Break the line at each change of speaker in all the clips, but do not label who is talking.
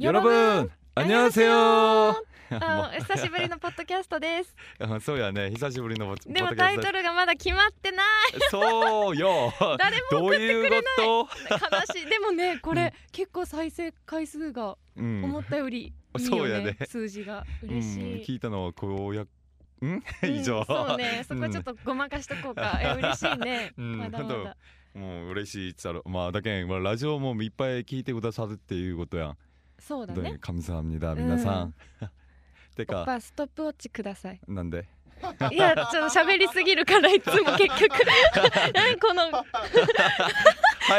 여러분 안녕하세요.
あの久しぶりのポッドキャスト です。
うんそうやね久しぶりのポッ
でも
ポッドキャ
タ
ス
イ
ト
トルがまだ決まってない。
そうよ。
誰
ど
も
う
送って
い
く
う
れない。
こ
悲 しい。でもね、こ
うん
れ結構再生回数が
と？うん。
思ったよりいい
そ
よ
うや
ね
ね。
数字が
うん
嬉しい。
聞いたのはこうやん
うん
以上。
そうね。そこちょっとごまかしとこうか。え嬉しいね。
うん
まだまだ。
もう嬉しいっつったらまあだけんまあラジオもいっぱい聞いてくださるっていうことやん。
そうだ
どう
ね
に。神様にだ皆さ。
うん
て
おっ
か
ぱストップウォッチください。
なんで？
いやちょっと喋りすぎるからいつも結 局 何この
は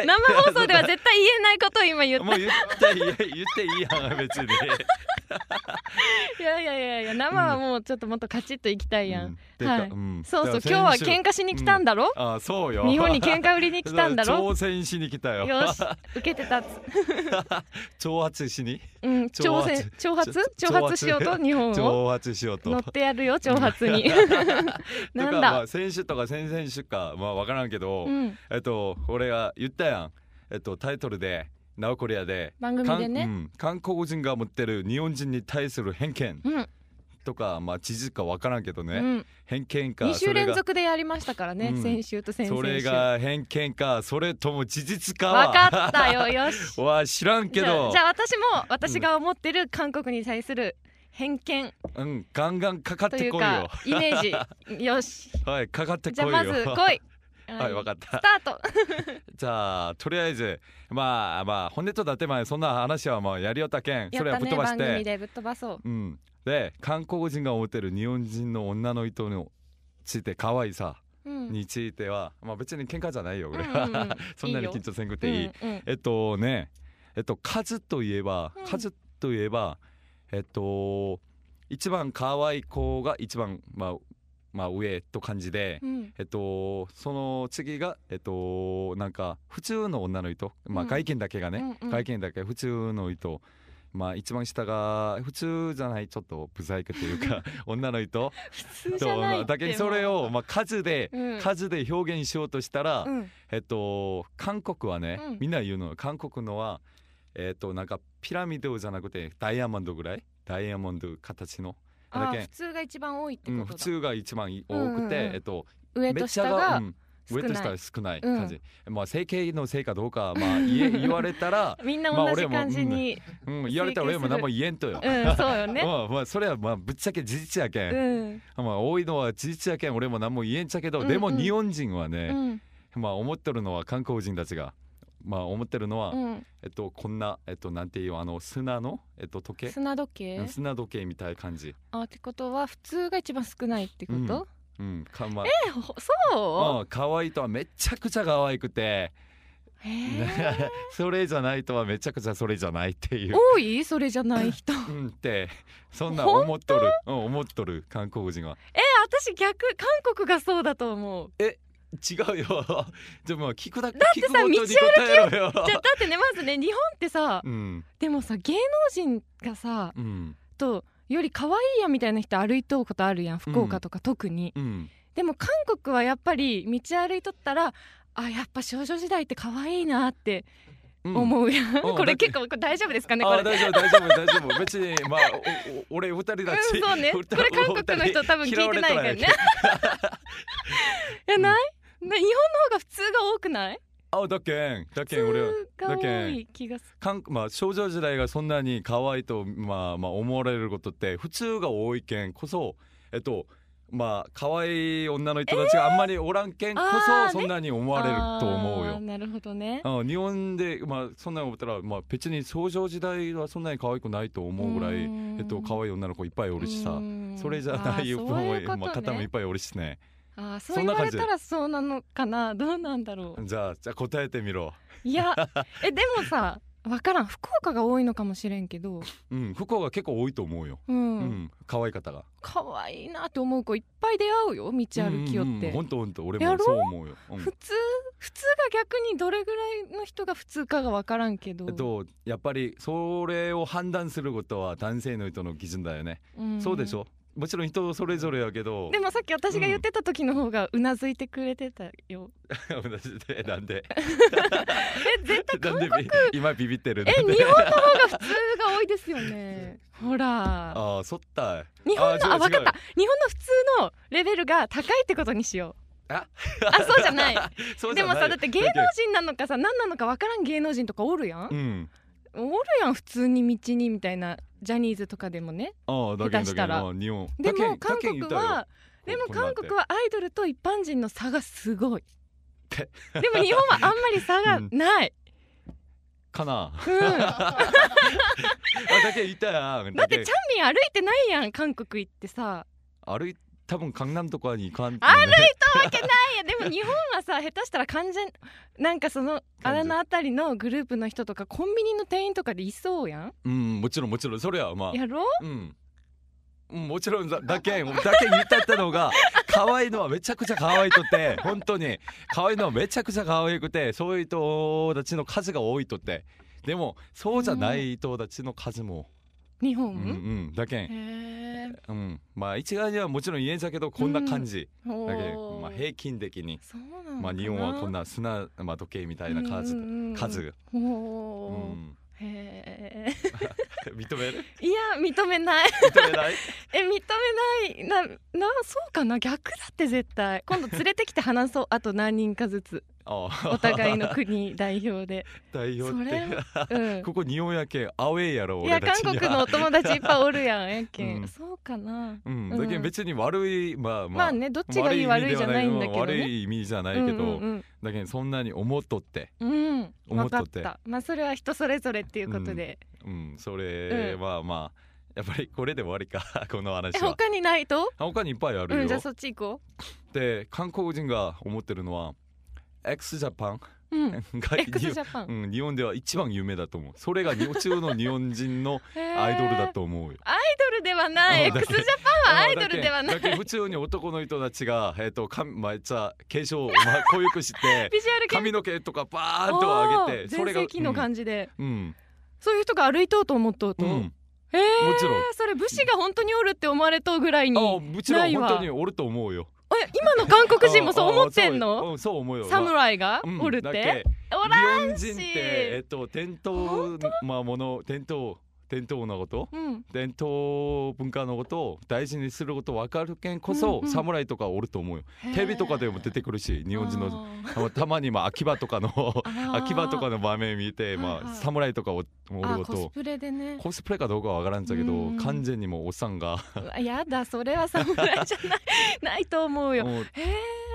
生放送 では絶対言えないことを今言っ
もう言っていい言っていいやん別に。
たいやいやいやいや生はもうちょっともっとカチッといきたいやん、
うんてか
はい
うん
そうそう
だから
今日
先週
は喧嘩しに来たんだろ、
あそうよ
日本に喧嘩売りに来たんだろ
挑戦しに来たよ
よし受けて立つ、
挑発しに
うん、
挑
挑
発
戦挑発
ちょ
挑発しよう
挑
と
発
日本を
挑発しようと
乗ってやるよ挑発に なん
とかま
だ
あ、先週とか先々週かまあ分からんけど、
うん、
えっと俺が言ったやんえっとタイトルで「ナオコリアで」
番組で
韓
ね
うん韓国人が持ってる日本人に対する偏見
うん、
とかまあ知事か分からんけどね、
うん、
偏見か
2週連
それが
続でやりましたからね、
うん
先週と先
そ
々
れ
週
が偏見かそれとも事実かは
わかったよよし
わ知らん け
じゃ
ど
あじゃあ私も私が思ってる韓国に対する偏見
うんガンガンかかっ
とい
て
う
こい
か
よ
イメージよし
はいか かってこ
じゃ
い
あ
よ
まず来い
はいわかった
スタート
じゃあとりあえずまあまあ本音と建前そんな話はもうやりよったけん
や
そ
っ
れ
た
はぶ
ね
っ飛ばし
番組
て、
でぶっ飛ばそう
うんで韓国人が思ってる日本人の女の人について可愛さ
うん
については、まあ別に喧嘩じゃないよ俺
うん
は、
うんうん
そんない
いよ
に緊張せんくていい
うんうん
えっとねえっと数といえば
うん
数といえば、えっと一番可愛い子が一番まあまあ上と感じで、
うん
えっと、その次が、えっと、なんか普通の女の人、まあ、
うん
外見だけがね、
うんうん
外見だけ普通の人、まあ、一番下が普通じゃないちょっと不細工という か女の人
普通じゃないって
とだけにそれを、まあ、数で、
うん
数で表現しようとしたら、
うん
えっと、韓国はね、
うん
みんな言うの韓国のは、えっと、なんかピラミッドじゃなくてダイヤモンドぐらいダイヤモンド形の、
あ
だ
ー
け
普通が一番多いって
う
こ
ん、
とだ
普通が一番多くて、
うんうんうん
えっと、
上と下が
うん
少
上と下
な
はい少ない
うん
感じ、まあ整形のせいかどうかま あ言え言われたら、
みんな
まあ
同
俺
じ
も
感じに
うん、言われたら俺も何も言えんとよ、
うんそうよ ね
まあまあそれはまあぶっちゃけ事実やけん、
うん
まあ多いのは事実やけん俺も何も言えんちゃけど、
うん
で
う
も
ん
日本人は
う
ね、
ん
まあ思ってるのは韓国人たちがまあ思ってるのは、
うん
えっとこんなえっとなんていうあの砂のえっと時計
砂時
う
計
ん砂時計みたいな感じ、
あってことは普通が一番少ないってこと
うん、かまあ
えほそ
うん可愛いとはめちゃくちゃ可愛くて、
う へー
それじゃないとはめちゃくちゃそれじゃないっていう
多いそれじゃない 人え
うんってそんな思っとる、うん、思っとる韓国人は
私逆韓国がそうだと思う
違うよ じゃあもう聞くだけ
だってさ
聞くごとに答えろよ
じゃあだってねまずね日本ってさ
うん
でもさ芸能人がさ
うん
とより可愛いやみたいな人歩いとうことあるやん福岡とか特に、
うん
でも韓国はやっぱり道歩いとったらあやっぱ少女時代って可愛いなって
うん
思うやん、
うん
こ
だ
れ
って
結構これ大丈夫ですかね
あ
こ
大
れ。
丈夫大丈夫大丈夫別にまあおお俺二人だ
う
し、
ん、そうね。こ
二人
れ韓国の人多分聞いてないからね
嫌われとらんやけ。
いやない？な日本の方が普通が多くない？
あだけんだけん俺は
普通が多い気がする。
韓まあ少女時代がそんなに可愛いとまあまあ思われることって普通が多いけんこそえっとまあ可愛い女の人たちがあんまりおらんけんこ
あーね
そそんなに思われると思う
あー
よ。
なるほどね。
うん日本でまあそんなに思ったらまあ別に少女時代はそんなに可愛くないと思うぐらいえっと可愛い女の子いっぱいおるしさ
うん
それじゃないよ
あーそういうことね
まあ方もいっぱいおるしね
あーそう
そ
言
んな
わ
感
れ
じ
たらそうなのかなどうなんだろう
じゃあじゃあ答えてみろ
いやえでもさわからん福岡が多いのかもしれんけど
うん不幸が結構多いと思うよ
うん、
うん可愛い方が
可愛いなと思う子いっぱい出会うよ道歩きよって、
本当本当俺
や
も
ろ
そう思うようん
普通普通が逆にどれぐらいの人が普通かがわからんけど、
えっと、やっぱりそれを判断することは男性の人の基準だよね、
ん
そうでしょもちろん人それぞれやけど
でもさっき私が言ってた時の方がうなずいてくれてた よ、
同じで なんで
え絶対
なんでび今ビビってる
え
な
日
んで
本の方が普通が多いですよねほら
ああそったい
日本のあ
あ違
分
う
かっ
違う
た日本の普通のレベルが高いってことにしよう
あ
あそうじゃない
そうじ
で
ゃ
も
ない
さだって芸能人なのかさ何なのか分からん芸能人とかおるやん、
うん
おるやん普通に道にみたいなジャニーズとかでもね
ああ
下
だけ
手
んだ
し
け
た
ん
ら
ああ日本
で
他
も韓
県他県
国
言ったよ
はでも
こ
韓国はアイドルと一般人の差がすごい
て
でも日本はあんまり差がない、
こんなんてかな
うん、だ
あだけん言ったやん
ってチャンミン歩いてないやん韓国行ってさ
歩い多分江南とかに行か
歩
ん
いたわけないやんでも日本はさ下手したら完全なんかそのあ
完全
れのあたりのグループの人とかコンビニの店員とかでいそうやん
うんもちろんもちろんそれはまあ
やろ
うんうんもちろんだだけんだけん言ったったのが可愛いのはめちゃくちゃ可愛い とって本当に可愛いのはめちゃくちゃ可愛くてそういう人たちの数が多いとってでもそうじゃない人たちの数も、
日本、
うんうん、だけん、
へえ
うん、まあ一概にはもちろん言えんじゃけどこんな感じ、
お
だけ
ー
ん、まあ、平均的に、
そうなのかな
まあ、日本はこん
な
な砂、まあ、時計みたいな数、数、
お
う
おー、
ん、
へえ
認める
いや認めない
認めない
え認めないななそうかな逆だって絶対今度連れてきて話そうあと何人かずつ
ああ
お互い の国代表で、
代表っ
それ
て
うん、
ここ日本やけんアウェーやろ
いや
俺た
韓国
ちには
のお友達いっぱいおるやんやけん、
うん
そうかな
うん、
うん
だけど別に悪いまあまあ、
まあねどっちがいい悪いじゃないんだけど
悪
ね
い意味ではない悪い意味じゃないけど、
うん
だけどそんなに思っとって、
うんうん、うん、
思
分
っ
か
と
っ
って
たまあそれは人それぞれっていうことで、
うん、それはまあやっぱりこれで終わりか この
え
話は
他にないと
他にいっぱいあるよ、
うんじゃあそっち行こ
で韓国人が思ってるのは x ジ ャパン
う うん
が
x ジャパン
うん、日本では一番有名だと思うそれが日本中の日本人のアイドルだと思うよ
アイドルではない、
うん
x ジャパンはアイドルではない
だけど普通に男の人たちが、えっとかまあ、じゃあ化粧をまあ濃ゆ くして
ビジュアル系
髪の毛とかバーンと上げてそれが
全盛期の感じで、
うん、うん
そういう人が歩いとうと思っとうと、
う
へ
ん
え
もちろん
それ武士が本当におるって思われとうぐらいに
あもちろ
なんいわ
本当におると思うよ
え今の韓国人もそう思ってん
あ
の
あそううんそう思うよ
侍が
まあうん
おるっ
だ
て、おら
日本人っ
ん
て
し
えっと伝統まあもの伝統伝統のこと
うん
伝統文化のことを大事にすること分かるけんこそ、
うんうん
侍とかおると思うよテレビとかでも出てくるし日本人のあたまにまあ秋葉 とかの秋葉とか
の
の場面見て、
は
ま
いは
あ、
い
侍とかおおる
あ
こ
コス
と
プレでね
コスプレかどうかは分からんじゃけど、
うん
完全にもうおっさんが
うわやだそれは侍じゃないないと思うよ
もう
へえ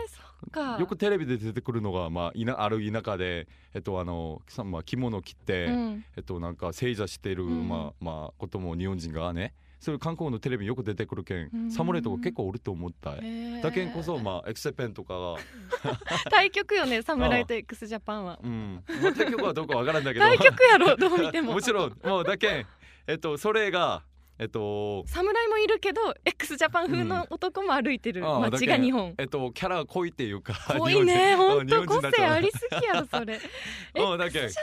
そっか
よくテレビで出てくるのが、まあ、いなある田舎で、えっとあのさまあ、着物着て、
うん
えっと、なんか正座してる、
うん
まあまあ、ことも日本人がねそういう韓国のテレビよく出てくるけん、
うん
侍とか結構おると思ったい。
へえ
だけんこそ、まあ、エクセペンとかが、
対局よね侍と x ジャパンは
うん、まあ、他局はどうかわからんだけど。
対局やろどう見ても
もちろん、もうだけん、えっと、それが、えっと、
侍もいるけど x ジャパン風の男も歩いてる、
うんああ
街が日本
えっと、キャラが濃いっていうか
濃いね本当個性あり
す
すぎやろそれ
うんだけ
X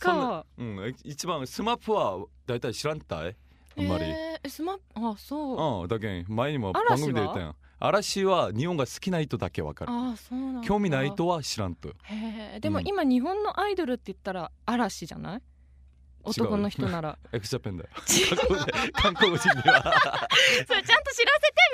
ジャなん
そんな
か
うんえ一番スマップは大体知らんたいあんまり、
えー、スマあそうあ
うんだけん前にも
嵐は
番組で言ったやん嵐は日本が好きな人だけわかる
あそうなんだ
興味ない人は知らんと
へえでも
うん
今日本のアイドルって言ったら嵐じゃない男の人なら
エクスジャペンだよ
ち それち
韓国人に は
ゃんと知らせて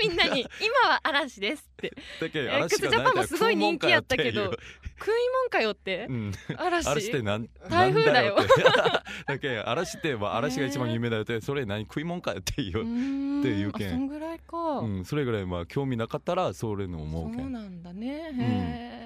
みんな に今は嵐ですって
だけん
エク
嵐
スジ
が
ャパンも
大体
すごい人気やったけど
空門
食いもんかよって
会っていううん
嵐
嵐ってなん
台風だよ
な んだよってだけん嵐ってまあ嵐が一番有名だよってそれ何食いもんかよっていうう、
ーん
っていうけん
あそんぐらいか、
うん、それぐらいまあ興味なかったらそれの思うけ
そうんなんだね。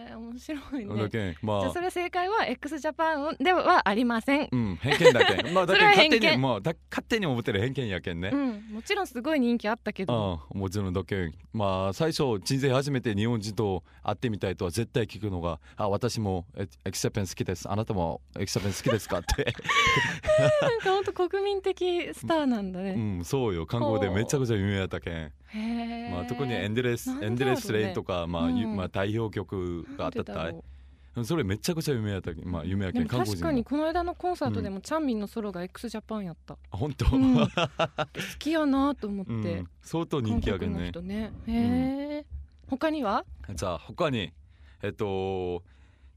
へえ、面白いね。
だけんま
じゃ
あ
あそれ正解は X ジャパンではありません。
うん、偏見だけん。まあ、だけん
それは偏
勝
見
手に、まあ、だ勝手に思ってる偏見やけんね
う。ん、もちろんすごい人気あったけ
う
ど。
ん、もちろんだけん。まあ、最初、人生初めて日本人と会ってみたいとは絶対聞くのが、あ、私もエエクセペン好きです。あなたもエクセペン好きですかって。
なんか本当国民的スターなんだ
う
ね。
ん、そうよ。韓国でめちゃくちゃ有名やったけん。
へえ。
まあ、特にエンデレス、
なんでだろう
エ
ね
ンデレスレインとか、まあ、ゆ
うん
まあ、代表曲があったった
ないんでだろう。
うもそれめちゃくちゃ夢やったけまあ夢やけ
で
ん
も
韓国
確
人の
かにこの間のコンサートでも、チャンミンのソロが x ジャパンやった、
あ本当、
うん好きやなと思って、
うん相当人
韓
気やけ
国
ん
の
ね
人ねへえ、他には、
じゃあ他にえっと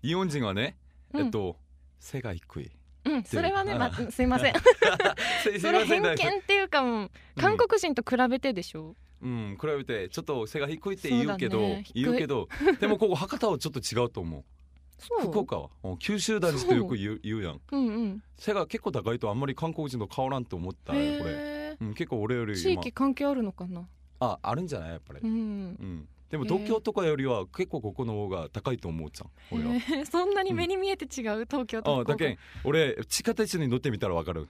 日本人はね
うん
えっと、背が低い
うん、それは ね、ま
あ、
すいません
すい
それ
ませ
偏
ん
見っていうかもう韓国人と比べてでしょ、
うん、比べてちょっと背が低いって言うけど
そうだね低い
言うけどでもここ博多はちょっと違うと思う
そう
福岡はうん九州男子とよく言う言うやん
うんうん
背が結構高いとあんまり韓国人と変わらんと思ったよこれ、
へ
うん、結構俺よ
え
り
地域関係あるのかな
まあああるんじゃないやっぱり、う
うんん
でも東京とかよりは結構ここの方が高いと思うじゃん俺は。
へ えそんなに目に見えて違う、東京と
あ
福岡
だけん俺地下鉄に乗ってみたら わかる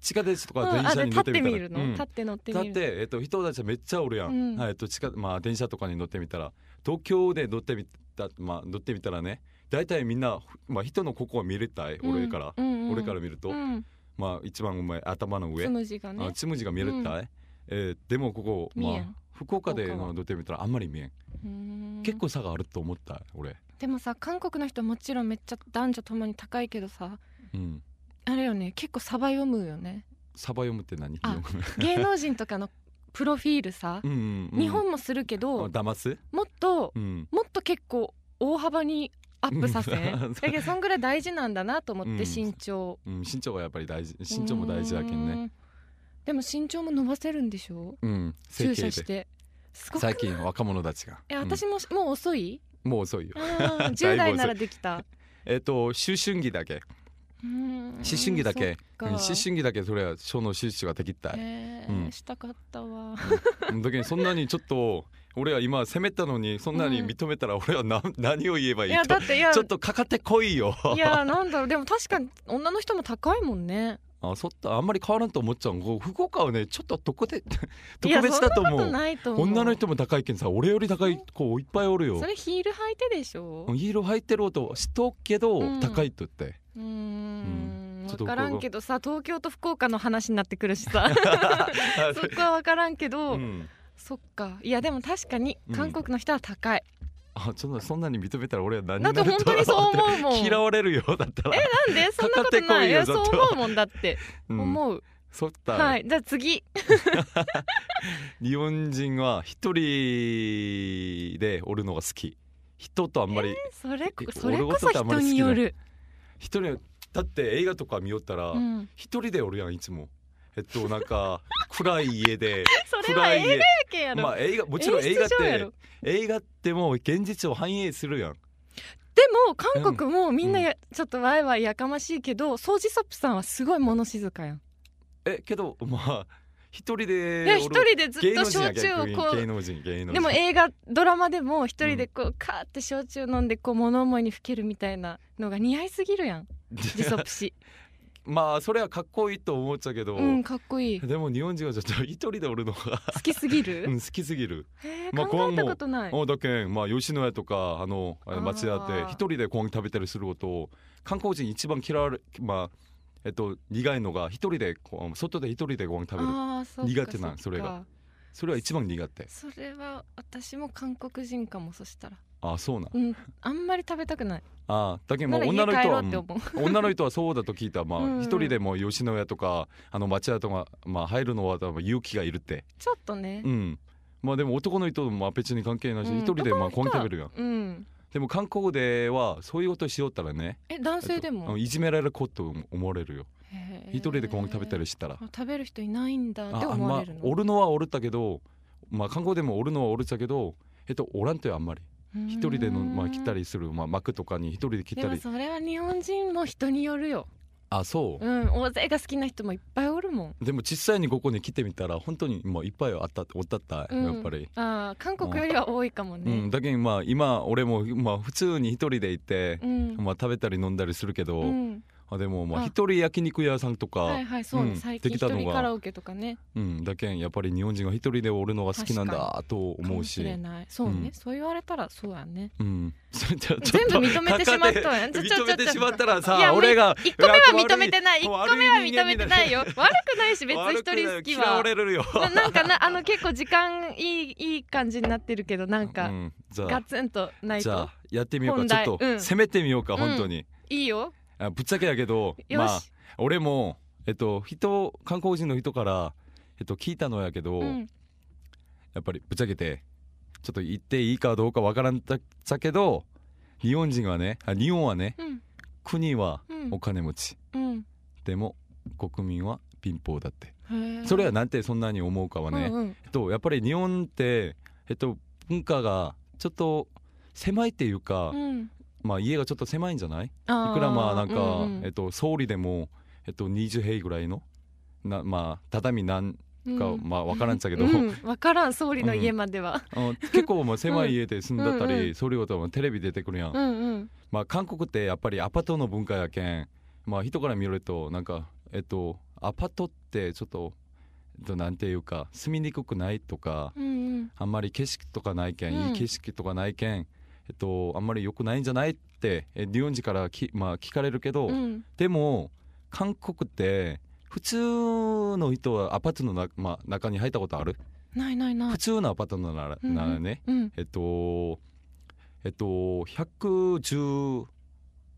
地下鉄とか電車に
立
乗っ
って
み
てみ
たら、
るの、
うん
立って乗って
だっ
みる
て、えっと、人たちめっちゃおるやん、
うん
はいえっと、近まあ、電車とかに乗ってみたら東京で乗ってみた,、まあ、乗ってみたらね大体みんな、まあ、人のここを見れたい、俺から、
うんうんうん
俺から見ると、
うん、
まあ、一番お前頭の上
つむじが
あ
ね
つむじが見れたい、えーでもここ、ま
見え
あ
ん、
福岡で
福岡
の
は
乗ってみたらあんまり見えん、
うーん
結構差があると思った俺、
でもさ韓国の人もちろんめっちゃ男女ともに高いけどさ
うん、
あれよね結構サバ読むよ ね
サバ読むって何
あ芸能人とかのプロフィールさ
うんうんうん
日本もするけ
あ
ど
騙す、
もっと
うん、
もっと結構大幅にアップさせ
うん
ん だけどそんぐらい大事なんだなと思って
うん
身長
うん、身長がやっぱり大事身長も大事だけん
うー
ね
んでも身長も伸ばせるんでしょ
うん
注
整形
射
で
してすごく
最近若者たちが
え私ももう遅い
うんもう遅いよ
あー10代ならできた
えっと思春期だけ
思
思春期だけうん思
思
春期だけそれは小脳手術ができた
え
うん
ー、したかったわ
うんだけどそんなにちょっと俺は今責めたのにそんなに認めたら俺はな 何を言えばい
い
い
やだ
と
っていや
ちょっとかかってこいよ
いやなんだろうでも確かに女の人も高いもんね
あそったあんまり変わらんと思っちゃうこう福岡はねちょっと特 で
いや
特別だと
そんな
思
こと
う
ないと思う
女の人も高いけんさ俺より高い子いっぱいおるよ
それヒール履いてでしょ
ヒール履いてる音しとうけど、
うん
高い とって
うーん
ちょっ
分
と
からんけどさ東京と福岡の話になってくるし さそこは分からんけど、
うん
そっかいやでも確かに
うん
韓国の人は高い、
あそんなそんなに認めたら俺は何に
な
な
か
んる
本
と
当にそう思うもん
嫌われる よだったら、
なんでそんなこと
かかってこ
ない
い
い
よ
やそう
ちょっと
思うもんだって
うん
思う、
そった、
はいじゃあ次
日本人は一人でおるのが好き人とあんまり
それこ
え
それこ
俺のこと
そ
ってあんまり
人
好き
に
じゃな
よ
い
る、
一、人だって映画とか見よったら
うん、
一、人でおるやんいつもえっとなんか 暗い家で
それは
暗
映画
い家
やけんやろ、
まあ映画もちろん映
演
画っ
出上や
て
ろ
映画ってもう現実を反映するやん
でも韓国もみんなや、ちょっとワイワイやかましいけど掃除ソップさんはすごい物静かやん、
えけどまあ一人で
いや
おる
一人でずっ
芸能
と
人や
焼酎を
逆に
こ
芸
う
能人芸能人
で も映画ドラマでも一人でこう、カーって焼酎飲んでこう物思いにふけるみたいなのが似合いすぎるやんジソプ シ
まあそれはかっこいいと思っちゃうけど、
うんかっこいい
でも日本人はちょっと一人でおるのが、
好きすぎ
う
る
ん、好きすぎる。
へー
まあ
考えたことない、
おだけんまあ吉野家とかあのあ
あー
町田って一人でご飯食べたりすることを韓国人一番嫌われまあえっと苦いのが一人でこう外で一人でご飯食べる。
あーそっか
苦手なん
っか
それがそれは一番苦手。
それは私も韓国人かもそしたら
あそうなん。
うんあんまり食べたく ない
あーだけん
な
もう
ら家
女の
帰
人
ろ
は
うって思う
うん女の人はそうだと聞いた。まあ
うんうん
一人でも吉野家とかあの町田とかまあ入るのは多分勇気がいるって。
ちょっとね
うん。まあでも男の人もまあ別に関係ないし
うん
一人でまあご飯食べるやん。
うん
でも韓国ではそういうことしよったらね
え男性で
えっとう
も
んいじめられること思われるよ
へー
一人でご飯食べたりしたら
あ食べる人いないんだって
ああん
思わ
ま
れるの
おるのはおるったけどまあ韓国でもおるのはおるったけどえっとおらんとよあんまり一人でのまあ来た
り
りするまあ幕とかに一人で来
で
た
も
り
それは日本人も人によるよ
あそう
う、ん大勢が好きな人もいっぱいおるもん
でも実際にここに来てみたら本当にもういっぱいあったおったった
うん
やっぱり、
あー韓国よりは多いかも
うん
ね
だけどまあ今俺もまあ普通に一人でいて、
うん
まあ食べたり飲んだりするけど、
うん
あでもまあ
あ
一人焼肉屋さんとか、
はいはいそうね
うん
最近
で
一
きたのが
人カラオケとかね
うん、だけんやっぱり日本人が一人でおるのが好きなんだと
か
思
も
う
し
し
れないそう
う
ね
ん
そう言われたらそうやね
うん、それじゃあ ちょっ
全
と
部認めてしまった
かか
わよ
っ
ち
て
ょちょちょ
認めてしまったら
いや
さ
め
俺が
一個目は
うわ
認めてない一個
悪
目は認めてないよ悪くないし別に
悪
一
い人間に
人
な
好
る
き
嫌
は
われるよ
な なんかなあの結構時間いいいい感じになってるけどなんか、
うん、じゃ
ガ
あ
ツンとない
じゃ
と
あやってみよう
本
か
題
ちょっ
うん
と攻めてみようか、
うん
本当に
いいよ
あぶっちゃけだけど
よし、
まあ俺もえっと人観光人の人からえっと聞いたのやけど、
うん、
やっぱりぶっちゃけてちょっと言っていいかどうかわからんたっちゃけど日本人はねあ日本はね
うん
国は
うん
お金持ち、
うん
でも国民は貧乏だって、
へー
それはなんてそんなに思うかはね、
うんうん
えっと、やっぱり日本って、えっと、文化がちょっと狭いっていうか、
うん
まあ、家がちょっと狭いんじゃないい
あー
くらまあなんか、
うん
えっと、総理でも、えっと、20平ぐらいのな、まあ、畳なんか、
うんうん
まあ、分からんっちゃけど、
うん、分からん総理の家までは、
あの 結構まあ狭い家で住んだったり、
うんうん
総理は多分テレビ出てくるやん、
うん、うん
まあ、韓国ってやっぱりアパートの文化やけん、まあ、人から見るとなんか、えっと、アパートってちょっと、えっと、なんていうか住みにくくないとか。
うんうん
あんまり景色とかないけん、
うん
いい景色とかないけん、えっと、あんまり良くないんじゃないってえ日本人からき、まあ、聞かれるけど、
うん
でも韓国って普通の人はアパートのな、まあ、中に入ったことある
ないないな
普
い
通のアパートなら,、
うんうん
ならね
うん
えっとえっと110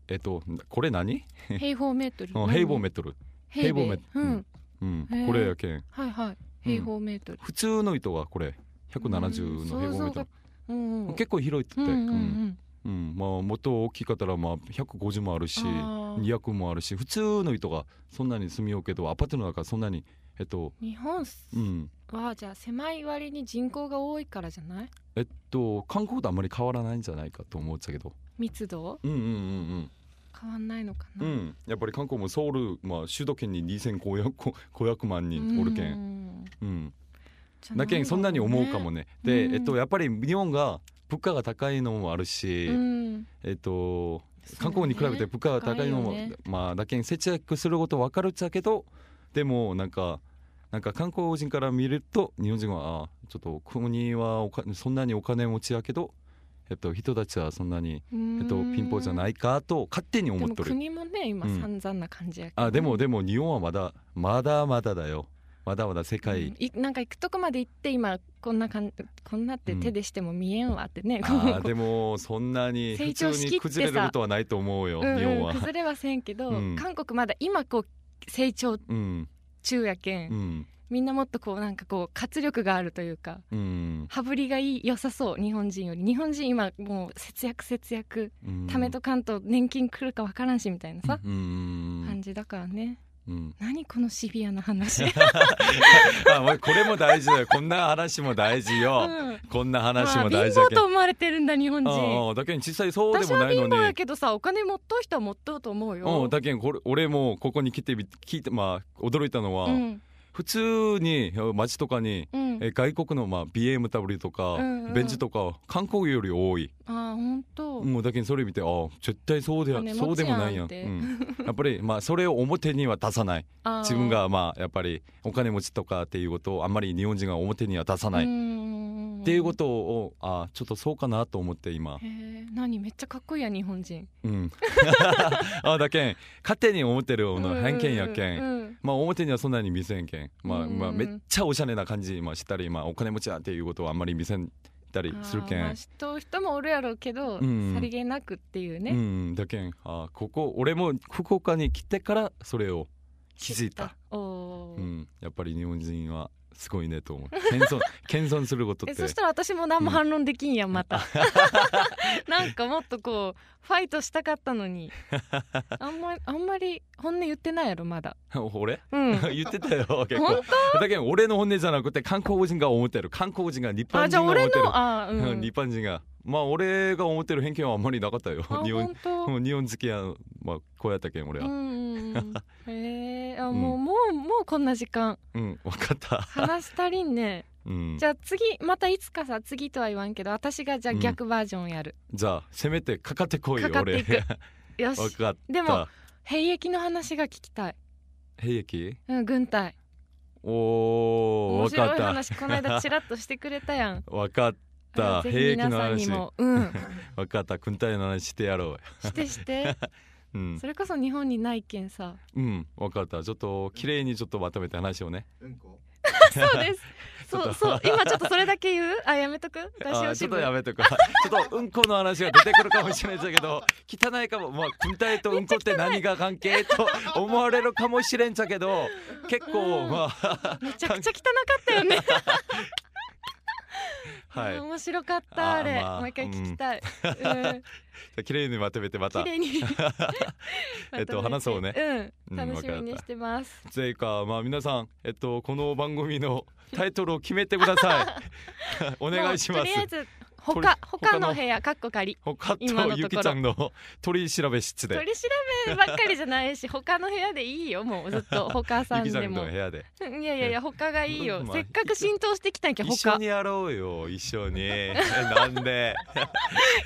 えっとこれ何
平方メートル
うん平方メートル、
平
平方メートル
う
うんんうん
へー、
これやけん
はいはい平方メートル、
普通の人はこれ
うん
170の平方メートル、
うんうん、
結構広いって
う
言
ん
って、
うんう
うん
ん
うん、まあもっと大きかったらまあ150もあるし
あー
200もあるし普通の人がそんなに住みようけどアパートの中そんなにえっと
日本
うん
はじゃあ狭い割に人口が多いからじゃない
えっと韓国とあんまり変わらないんじゃないかと思っちゃうけど
密度
うんうんうん
変わんないのか
うんう
な、
んやっぱり韓国もソウルまあ首都圏に2500こ500万人おるけん、
ん
うん、
じゃあ
だけんそんなに思うかも
ね、
ね
うん
でえっとやっぱり日本が物価が高いのもあるし、
うん、
えっと
そう
韓
ね
国に比べて物価が高いのも、
高いよね
まあだけに節約することわかるっちゃけどでもなんかなんか韓国人から見ると日本人はあちょっと国はおかそんなにお金持ちやけど、えっと、人たちはそんなに、えっと、貧乏じゃないいかと勝手に思
で
っ
も
とる
国もね今
うん
散々な感じやけど、
あでもでも日本はまだまだまだだよまだまだ世界、
うんいなんか行くとこまで行って今こんなかんこんなって手でしても見えんわってね、こ
あ
う
でもそんなに
成
普
長
通
しきってさ
に崩れることはないと思うよ、
うんうん
日本は。
崩れはせんけど、
うん
韓国まだ今こう成長
うん
中やけん、
うん
みんなもっとこうなんかこう活力があるというか
うん
羽振りがいい良さそう日本人より日本人今もう節約節約
うん
貯めとかんと年金来るかわからんしみたいなさ、
うんうんうん
感じだからね
うん、
何このシビアな 話、
あまあこれも大事だよこんな話も大事
う
よ、
ん
こんな
まあ、
話
貧
も大事だ
乏
けど
と思われてるんだ日本
うん
人
うんだけど実際そうで
私
も
は
ない
貧
の
乏や
に
けどさお金持っとう人は持っとうと思うよ、
うん、だけどこれ俺もここに来てみ聞いてまあ驚いたのは、
うん
普通に街とかに、
うん
え外国の、まあ、BMW とか、
うんうん
ベンチとか韓国より多い、
ああ本当、
もうだけどそれ見てあ絶対そうで
お金持ちやん
そうでもないやん、
って
うんやっぱり、まあ、それを表には出さない
あー
自分が、まあ、やっぱりお金持ちとかっていうことをあんまり日本人が表には出さない、
うん
っていうことをあちょっとそうかなと思って
へ
今
え何めっちゃかっこいいや日本人
うん あだけん勝手に思ってるの偏見やけん、
うんうんうん
まあ表にはそんなに見せんけん、まあ
うん
まあ、めっちゃおしゃれな感じまあしたり、まあ、お金持ちやっていうことをあんまり見せんたりするけん、
あーまあ、知っとう人もおるやろうけど、
うん
さりげなくっていうね、
うんだけんあここ俺も福岡に来てからそれを気づいた、
おー
うん、やっぱり日本人はすごいねと思う謙遜謙遜すること
え
って
そしたら私も何も反論できんやんまた なんかもっとこうファイトしたかったの にあんまあんまり本音言ってないやろまだ
俺
うん
言ってたよ結構
本
だけど俺の本音じゃなくて韓国人が思ってる韓国人が日
当
本
あじゃ
人
あ
が思
俺
ってる
のあー、うん、
日本人がまあ俺が思ってる偏見はあんまりなかったよ
あ
日本
本当
うん日本好きやまあこうやったけん俺
う
は
んうんうんへえあ
うん
もう、もうもうこんな時間
うん分かった
話足りんね
うん
じゃあ次またいつかさ次とは言わんけど私がじゃあ逆バージョンやる、
じゃあせめてかかってこいよ
かかって
俺
いくよ
分
し
かっ
でも
た
兵役の話が聞きたい、
兵役
うん、軍隊
お
面
ー分か
白
っ
い
た
話この間ちらっとしてくれた やん
分かっ
あ
た
ぜひ
兵役
皆
の
さんに
話
も、うん、
分かった軍隊の話してやろ
して して
ううん
それこそ 日本にないけんさ
うん分かったちょっと綺麗にちょっとまとめて話をね
うんこ
そうですそう
ちょ
そ
っ
う
と
今ちょっとそれだけ言うあやめとく
あ
ラジオ
ーちょ
支
っ
部
とやめとく ちょっとうんこの話が出てくるかもしれないですけ ど汚いかもまあ軍隊とうんこって何が関係と思われるかもしれんじゃけど結構
うん
まあ
めちゃくちゃ汚かったよね
はい
あー面白かったあれ
あーまあ
もう一回聞きたい、 うん
綺麗にまとめてまた
綺麗に
えっと話そうねう
うんん楽しみ
わ
に
かっ
してます
というかまあ皆さんえっとこの番組のタイトルを決めてくだ さいお願いしま
もうとりあえ
す
ず
とり
他
他
他
の
の部屋かっこ仮
他
今のところ
とゆきちゃんの取り調べ室
取
で
り調べばっかりじゃない し他の部屋でいいよもうずっと他さん
ゆきちゃ
で
んの
も
部屋で
いやいやいや他がいいよ、
まあ
せっかく浸透してきたんやけど
一緒
他
にやろうよ一緒にえなんで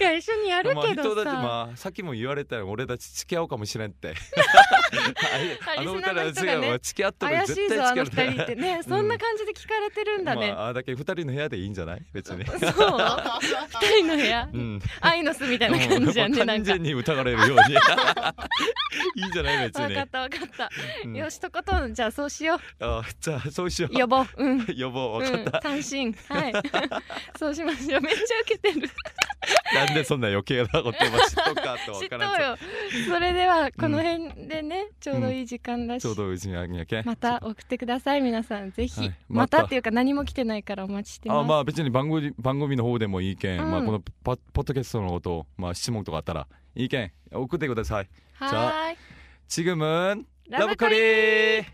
いや一緒にやるけ
まあ、伊
ど
藤
さ、
だってまあさっきも言われたよ俺たち付き合おうかもしれんって
あ
あの二人は
リスナーの人
付き
がね
合う付き合ってる
怪し
絶
いぞ
対
あ
付
の
き
二
合う
人ってね、そんな感じで聞かれてるんだね、
まあ、だけど二人の部屋でいいんじゃない別 に
そう二人の部屋、
うん
愛の巣みたいな感じやね、
もう
なんか
完全に疑われるように いいんじゃない別
分
に
かった分かった、
うん
よしとことんじゃあそうしよ
あじゃあそうしよ
う予
う
防うんうん
予防分かった、
単身はい そうしましょうめっちゃ受けてる
なんでそんな余計なことを知っとかと
知
分
っとう
からん
よそれではこの辺でね、ちょうどいい時間だし、
ちょうどうちにあげなきゃ
また送ってください皆さんぜひ、
はいま
ま
た
たっていうか何も来てないからお待ちしてます
あまあ別に番組番組の方でもいいけん、
うん
まあ、このパポッドキャストのことを、まあ、質問とかあったらいいけん送ってくださいじゃ
はーい
지금은
ラブコ
리
リ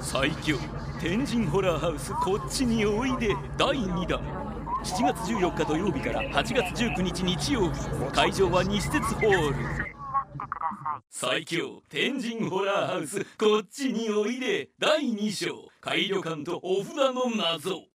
最強天神ホラーハウスこっちにおいで第2弾7月14日土曜日から8月19日日曜日会場は西鉄ホール最強天神ホラーハウスこっちにおいで第2章改良館とお札の謎